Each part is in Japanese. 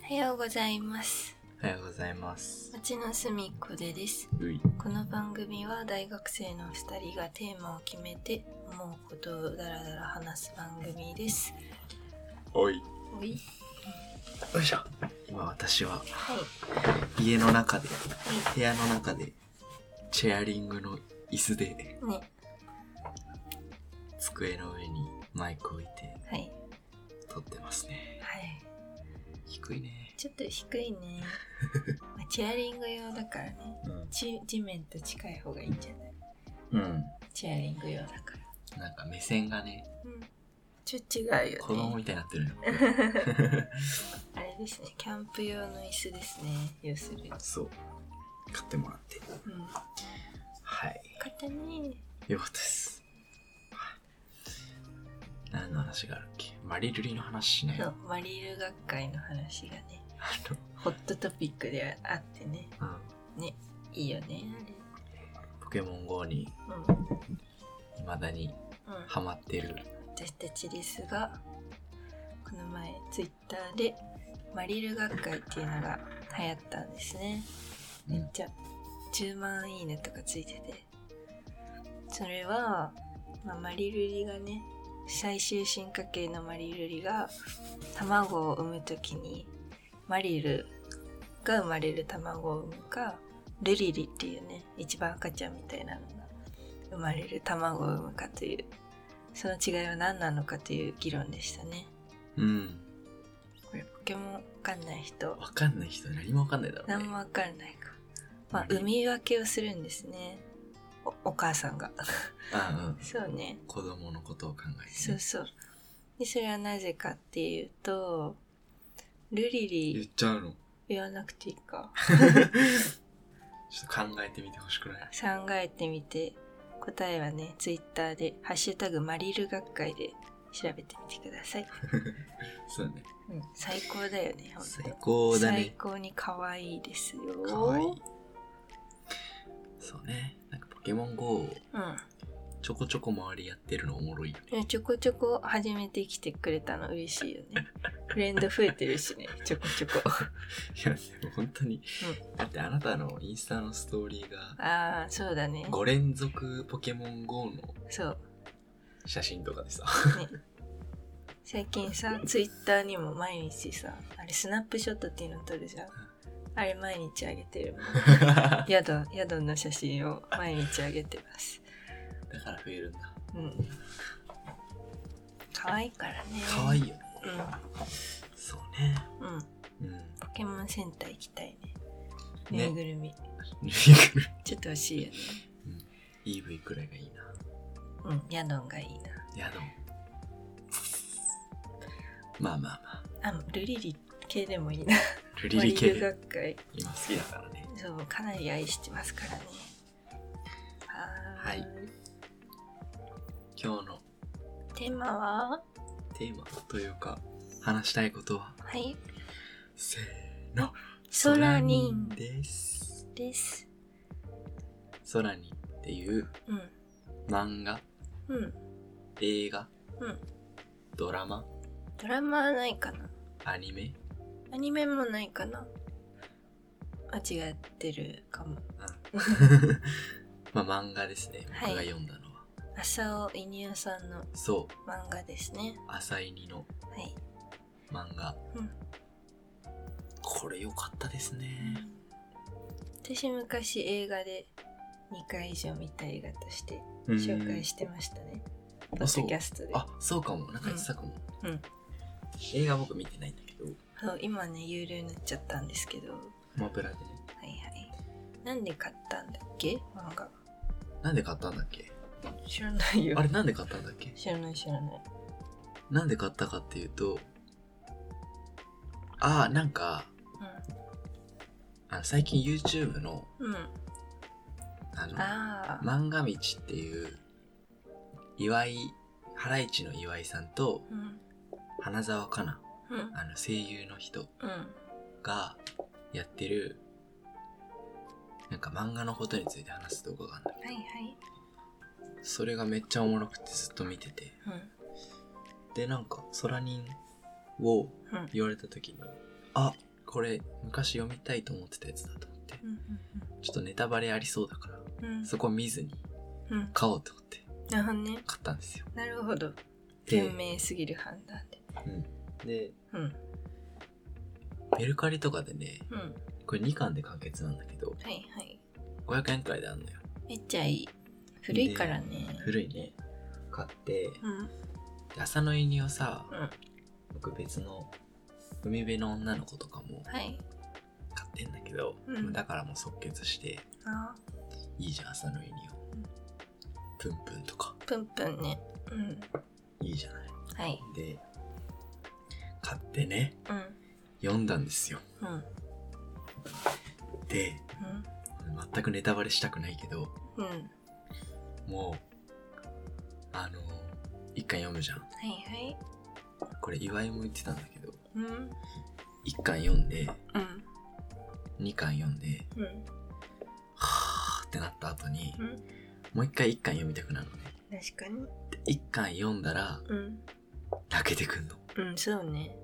おはようございますおはようございます。町の隅っこでですうい。この番組は大学生の2人がテーマを決めて思うことをダラダラ話す番組ですおい。おいよいしょ。今私ははい家の中で、部屋の中で、チェアリングの椅子で、ね机の上にマイク置いてはい撮ってますね。はい低いね。ちょっと低いね まあチェアリング用だからねうん。地地面と近い方がいいんじゃないうん。チェアリング用だからなんか目線がね、うんちょっと違う子よ供ねみたいになってるよ。あれですねキャンプ用の椅子ですね要するにそう。買ってもらって。うんはい。肩ねよかったです。何の話があるっけマリルリの話しないそあうマリール学会の話がねの、ホットトピックであってねうん、いいよねポケモン GO にあれうん、未だにうん、ハマってる私たちですがこの前ツイッターでマリル学会っていうのが流行ったんですねめっちゃ10万いいねとかついててそれは、まあ、マリルリがね最終進化系のマリルリが卵を産む時にマリルが生まれる卵を産むかルリリっていうね一番赤ちゃんみたいなのが生まれる卵を産むかというその違いは何なのかという議論でしたねうんこれポケモンわかんない人わかんない人何もわかんないだろう何ねもわかんないかまあ、産み分けをするんですね。おお母さん が。あうんそうね。子供のことを考えて、ね、そうそう。で、それはなぜかっていうと、ルリ言っリちゃうの言わなくていいか。ちょっと考えてみてほしくない考えてみて、答えはね、ツイッターで、ハッシュタグマリル学会で調べてみてください。そうねうん、最高だよね、ほんと最高だ最ね高に可愛いですよ。かわいいそうねなんかポケモン GO をうん。ちょこちょこ周りやってるのおもろいよねねちょこちょこ始めてきてくれたの嬉しいよね。フレンド増えてるしね、ちょこ ちょこ。いやでも本当に、だってあなたのインスタのストーリーがああ、そうだね。 5連続ポケモン GO のそう。写真と かでさ最近さ、ツイッターにも毎日さ、あれスナップショットっていうの撮るじゃん。あれ毎日あげてるもん。宿、宿の写真を毎日あげてます。だから増えるんだうん。可愛いからね。可愛いよねうそうねん。うん。うんポケモンセンター行きたいね。ぬねいぐるみ。ぬいぐるちょっと欲しいよね。み EV くらいがいいなうん。ヤドンがいいな。いやでもまあまあまあ、ルリリ系でもいいな。あルリマリリ系ル学会。今好きだからねそう、かなり愛してますからね。はーい。は今日のテーマはテーマというか話したいことははい。せーのソラニニンンですです。ソラニンっていううん。漫画うん。映画、うんドラマドラマはないかなアニメアニメもないかな間違ってるかも。 まあ漫画ですねはい僕が読んだのは、浅尾犬代さんのそう漫画ですね。浅いにのはい。漫画、うんこれ良かったですね私昔映画で2回以上見た映画として紹介してましたね。ポッドキャストで。あそうかもなんか言ってたかも、うんうん映画僕見てないんだけどそう今ね、有料になっちゃったんですけど。はアマプラでねいはい。なんで買ったんだっけ漫画。なんで買ったんだっけ知らないよあ。れなんで買ったんだっけ知らない知らない。なんで買ったかっていうとああなんかあの最近 YouTube のうん。うん。あのああ。漫画道っていう岩井ハライチの岩井さんとうん。花澤香菜うん。あの声優の人うん。がやってるなんか漫画のことについて話す動画があるんだけどはいはい。それがめっちゃおもろくてずっと見ててうでなんか「空人」をん。うん。言われた時にあこれ昔読みたいと思ってたやつだと思ってうんちょっとネタバレありそうだからうんうんうんそこ見ずにうん買おうと思ってなるほどね買ったんですよなるほどで賢明すぎる判断ででうんメルカリとかでねうんこれ2巻で完結なんだけどはいはい500円くらいであんのよめっちゃいい古いからね古いね買ってうんで朝の犬をさ、うん僕別の海辺の女の子とかもはい買ってんだけど、うんだからもう即決してあいいじゃん朝の犬を、うんプンプンとかプンプンねうんいいじゃないはいで買ってねうん読んだんですようんうんで全くネタバレしたくないけどうんはいもうあの一巻読むじゃんはいこれ岩井も言ってたんだけどうんうん一巻読んで二巻読んでうんはーってなった後に、うんもう一回一巻読みたくなるのね確かにで一巻読んだらうん泣けてくんのうんそうね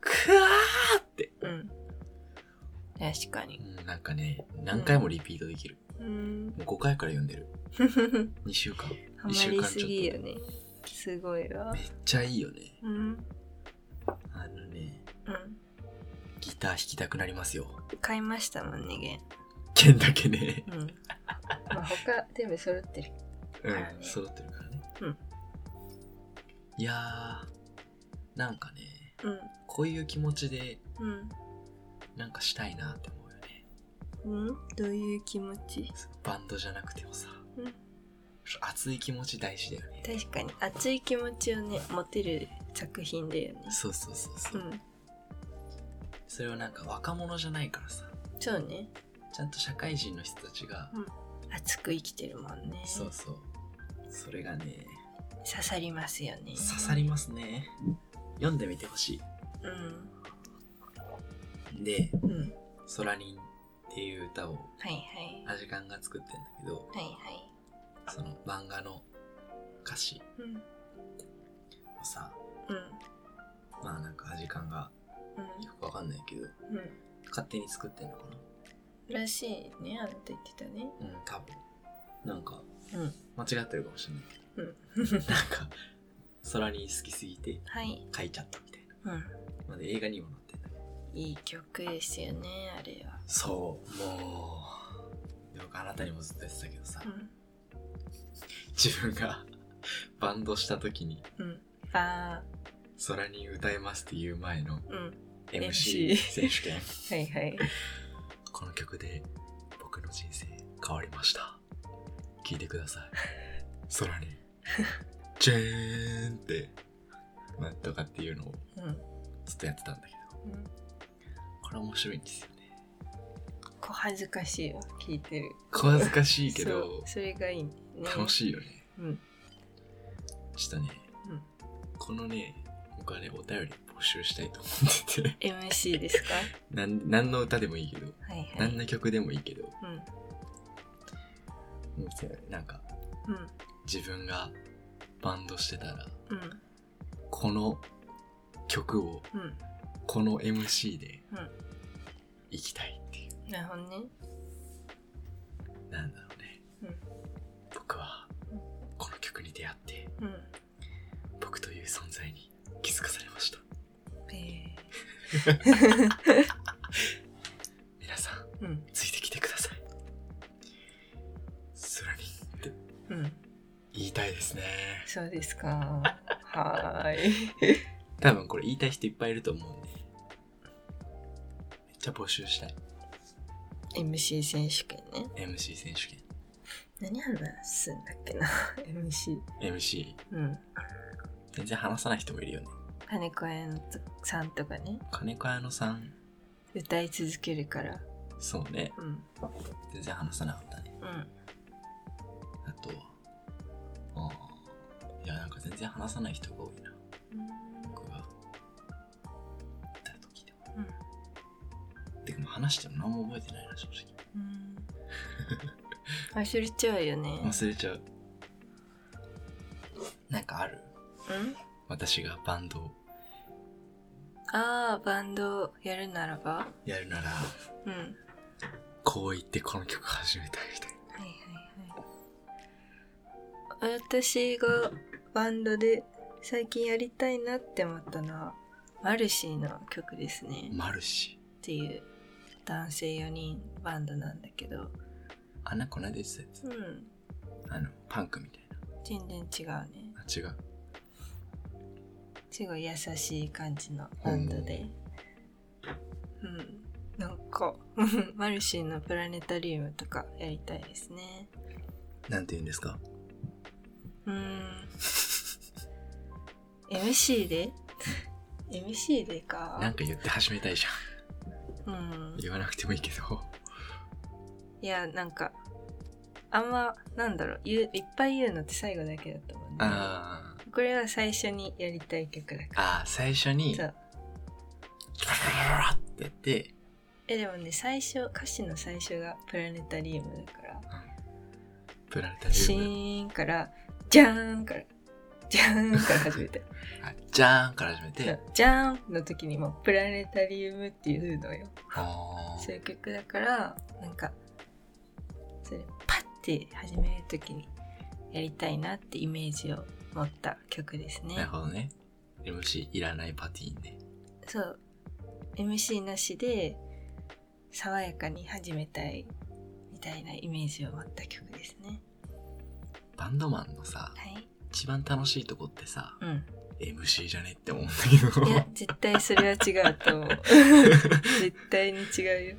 くわーって、うん確かうにん、なんかね何回もリピートできる、うんもう5回から読んでる2週間ハマりすぎよねすごいわめっちゃいいよねうんあのねうんギター弾きたくなりますよ買いましたもんねゲン剣だけねうんまあ他全部揃ってるうあんれ揃ってるからねうんいやーなんかねうんこういう気持ちでうんなんかしたいなって思うよねうんどういう気持ちそのバンドじゃなくてもさうん熱い気持ち大事だよね確かに熱い気持ちをね持てる作品だよねそうそうそうそうう、んそれをなんか若者じゃないからさそうねちゃんと社会人の人たちが、熱く生きてるもんねそうそうそれがね刺さりますよね刺さりますね読んでみてほしうんいでうん「ソラリン」っていう歌をはいはいアジカンが作ってんだけどはいはいその漫画の歌詞うんをさうんまあなんかアジカンがよくわかんないけどうんうん勝手に作ってんのかならしいねあんた言ってたねうん多分なんかうん間違ってるかもしれないけうんど なんかソラリン好きすぎてはい書いちゃったみたいなうんまあで映画にもなってんだけどいい曲ですよねあれはそうもうよくあなたにもずっと言ってたけどさ、うん自分が バンドした時にうんああ「空に歌えます」っていう前のうん MC MC 選手権はいはいこの曲で僕の人生変わりました聴いてください「空 に」「ジェーン」って、まあ、とかっていうのをうん、うん、ずっとやってたんだけどこれ面白いんですよね小恥ずかしいわ聞いてる小恥ずかしいけそどうそれがいいね楽しいよねうんちょっとね、うんこのね、僕はね、お便り募集したいと思ってて MC ですかなん、何の歌でもいいけど、はいはい何の曲でもいいけど、うんなんか、うん自分がバンドしてたら、うんこの曲を、うんこの MC でうん、行きたいっていう、なるほどねなんだろうね。うん僕はうん、この曲に出会って、うん僕という存在に気づかされました。え皆さん、ー、うんついてきてください。空にってうん言いたいですね。そうですかは ーい多分これ言いたい人いっぱいいると思うんで。めっちゃ募集したい。 MC 選手権ね MC 選手権。何話すんだっけな MC MC。うん全然話さない人もいるよね。金子綾乃さんとかね金子綾乃さん。歌い続けるからそうね。うん全然話さなかったね。うんあとは。ああ。いや、なんか全然話さない人が多いな。僕が。歌う時でも。うんてかもう話しても何も覚えてないな、正直。うん 忘れちゃうよね忘れちゃう。なんかあるうん私がバンドをあーバンドやるならばやるなら、うんはいはいこう言ってこの曲始めたいみたはいい私がバンドで最近やりたいなって思ったのはマルシーの曲ですねな。マルシっていう男性4人バンドなんだけどー。あんなこないで言ってたうやつ。んあの、パンクみたい全然違うねな。あ、違う。すごい優しい感じのバンドでうんなんか マルシーのプラネタリウムとかやりたいですねなんて言うんですかうーん MC で MC でかなんか言って始めたいじうんゃん。言わなくてもいいけど。いやなんかあんまなんだろう言ういっぱい言うのって最後だけだと思うねあーこれは最初にやりたい曲だからあー、最初に、そうってやって、えでもね最初歌詞の最初がプラネタリウムだからプラネタシリウム。ーンからじゃーんからじゃーんから始めてあじゃーんから始めそてう、じゃーんの時にもうプラネタリウムっていうのよあそういう曲だからなんかそれパッて始める時にやりたいなってイメージを持った曲ですーなねるほどね。MC いらないパティーンね。そう MC なしで爽やかに始めたいみたいなイメージを持った曲ですねバンドマンのさ、はい一番楽しいとこってさ、うん MC じゃねって思うんだいや け絶対それは違うと思うど。絶対に違うよ、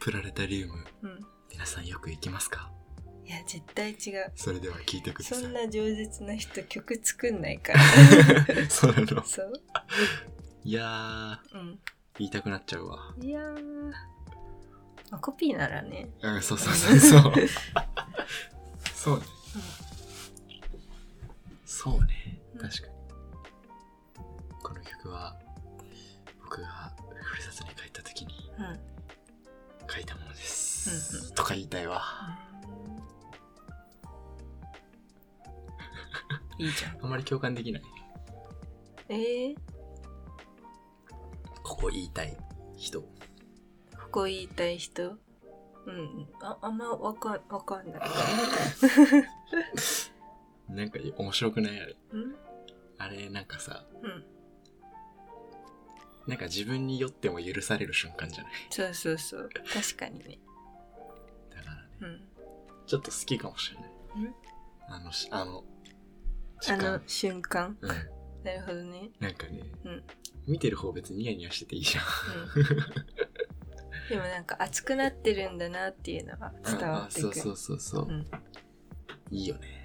プラネタリウム、うん、皆さんよく行きますかいや絶対違うそれでは聞いてくださそい。んな饒舌な人曲作んないからそうなの。そういやうー、ん言いたくなっちゃうわ。いやー、まあ、コピーならねうん、そうそうそう そう。そうね。そうね。うん確かに。この曲は、僕がふるさとに帰った時にうん、うん、書いたものでうんす。とか言いたいわ。 いいじゃんあんまり共感できない。えー、ここ言いたい 人。ここ言いたい人うんああんまわかんわかんないなんか面白くないあれ。うんあれ、なんかさ、うんなんか自分に酔っても許される瞬間じゃない。そうそうそう確かにねだからね、うんちょっと好きかもしれない。うんあのし、あの、時あの間。瞬間うん。なるほどねなんかね、うん見てる方別にニヤニヤしてていいじゃん。うん でもなんか熱くなってるんだなっていうのが伝わあってくそるうそうそうそう。うんいいよね。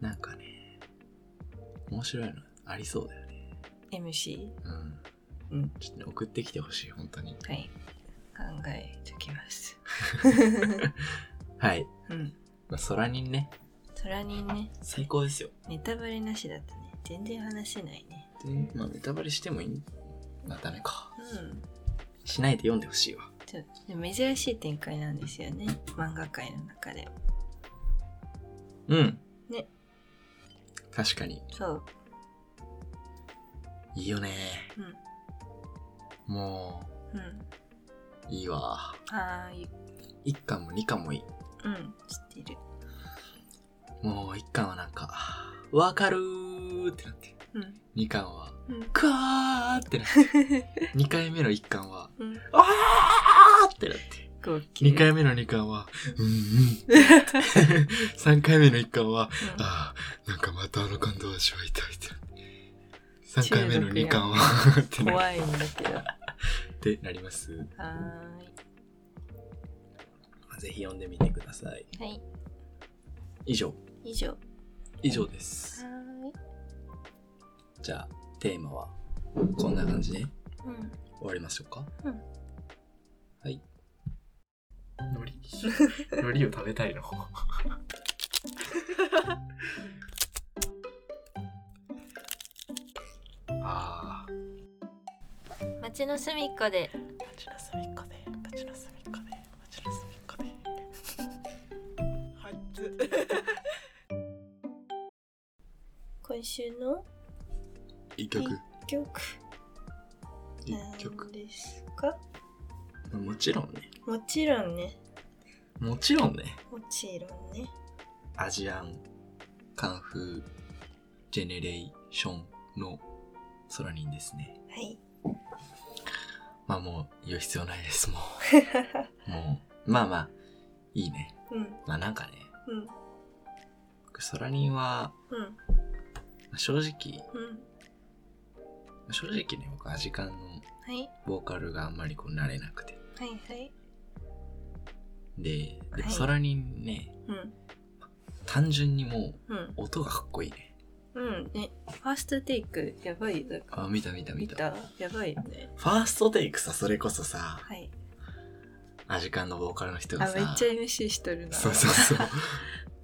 なんかね、面白いのありそうだよね。うん、MC うん。うんちょっとね、送ってきてほしい、本当に。はい考えときますはい。うんまあ、空にね、空にね最高ですよ。ネタバレなしだとね全然話せないねで、まあ、ネタバレしてもいいまあ、ダメか。うんしないで読んでほしいわ。ちょでも珍しい展開なんですよね漫画界の中でうん。ね。確かに。そういいよね。うんもうんう、いいわ。ああい1巻も2巻もいい。うん知ってるもう1巻はなんか、わかるーってなって。うん2巻は、うんかーってなって。2回目の1巻は、 うんあーってなって。号泣2回目の2巻は、うんうん。3回目の1巻は、あー、なんかまたあの感動を味わいたいってなって。3回目の2巻は、ってうんなっ怖いんだけどはてなります。ーぜひ読んでみてください。いはい以上。以上は以上です。ーいじゃあ、テーマは、こんな感じで。うん終わりましょうか、うんはい海苔海苔を食べた いのああ街の隅っこで立ちなすみっこで立ちなすみっこで立ちなすみっこで今週の一曲曲一なん曲。ですかもちろんね。もちろんねもちろんね。もちろんねアジアンカンフージェネレーションのソラニンですね。はいまあもう言う必要ないです、も う。もう、まあまあ、いいね。うんまあなんかね、うん僕ソラニンは、うんまあ正直、うん正直ね、僕アジカンのはいボーカルがあんまりこう慣れなくて。はいはいで、ではもいソラニンね、うん単純にもうんう音がかっこいいね。うんねファーストテイクやばいだからあ、見た見た見見た。たやばいよねファーストテイクさ、それこそさ、はいアジカンのボーカルの人あがさ、めっちゃ MC しとるなそうそ うそう。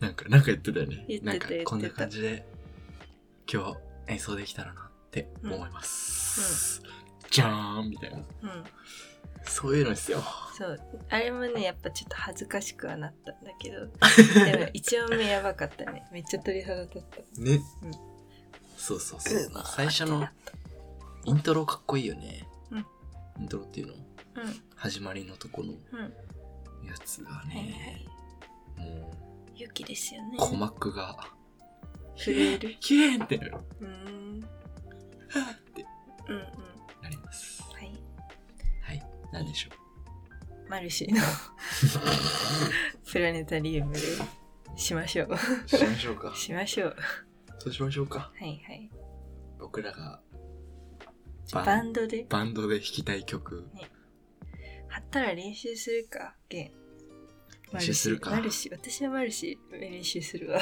なんか、なんか言ってたよね。言ってたなんか言って、たこんな感じで、今日演奏できたらなって思います。じゃーんみたいな。うんそういうのですよ。そうあれもねやっぱちょっと恥ずかしくはなったんだけどでも一音目やばかったねめっちゃ鳥肌立ったねうん。そうそうそううわ。ー最初のイントロかっこいいよね。うんイントロっていうのう始まりのとこのんうんやつがはいはねい、も勇気ですようね鼓膜が、震え るキューンってなるうーんはぁってうんうんはなります。いはい。なんでしょマルシーのプラネタリウムでしましょう う。しましょうかしましょうそうしましょうか。はいはい僕らがバンバンドでバンドで弾きたい曲貼ったら練習するかゲン練習するかマルシーマルシー私はマルシー練習するわ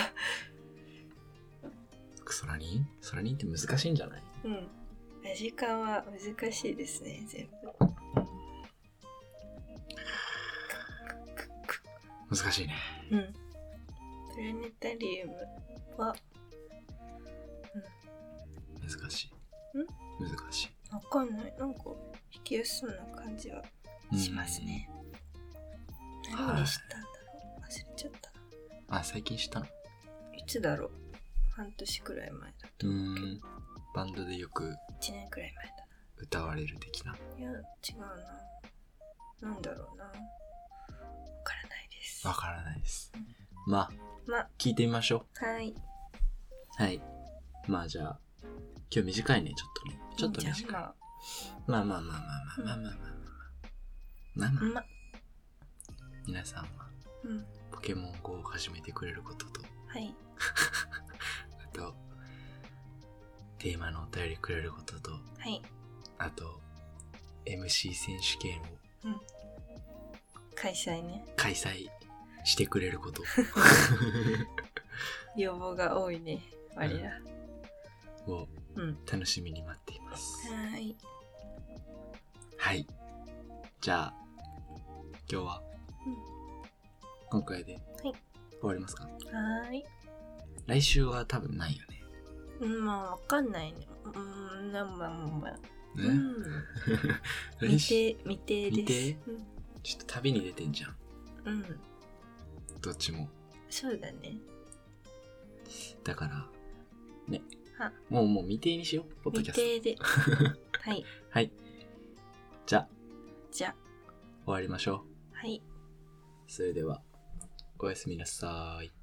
ソラニンソラニンって難しいんじゃないうん時間は難しいですね全部難しいねうん。プラネタリウムは難しいん難しわかんない。なんか引きやすそうな感じはいしますね。うん何で知ったんだろう忘れちゃったな。うんあ最近知ったのいつだろう半年くらい前だとう思うけど。んバンドでよく1年くらい前だ歌われる的なな。いや、違うな。なんだろうな。わからないです。わからないですまあまあ、聞いてみましょはい。うはいまあじゃあ今日短いねちょっとねちょっといいん短じいゃんままあまあまあまあまあまあまあまあまあまあ、あまあまあ、皆さんはうん。ポケモン GO を始めてくれることとはい。あと、テーマのお便りくれることと、はい。あと、MC 選手権を開催ね。開催してくれ ること。要望が多いね。割りだ。をうん。楽しみに待っています。はい。はい。じゃあ、今日はうん、今回で終わりますか、はーい。来週は多分ないよね。うんまあ、わかんないね。うん、まあまあまあ。うねん、 来未週、定、未定です未定。ちょっと旅に出てんじゃん。うん、うん、どっちも。そうだね。だから、ねは。もうもう未定にしよう、ポッドキ未ャスト。定で。はい、はい。じゃあ、じゃ終わりましょう。あ、はい。それでは、おやすみなさい。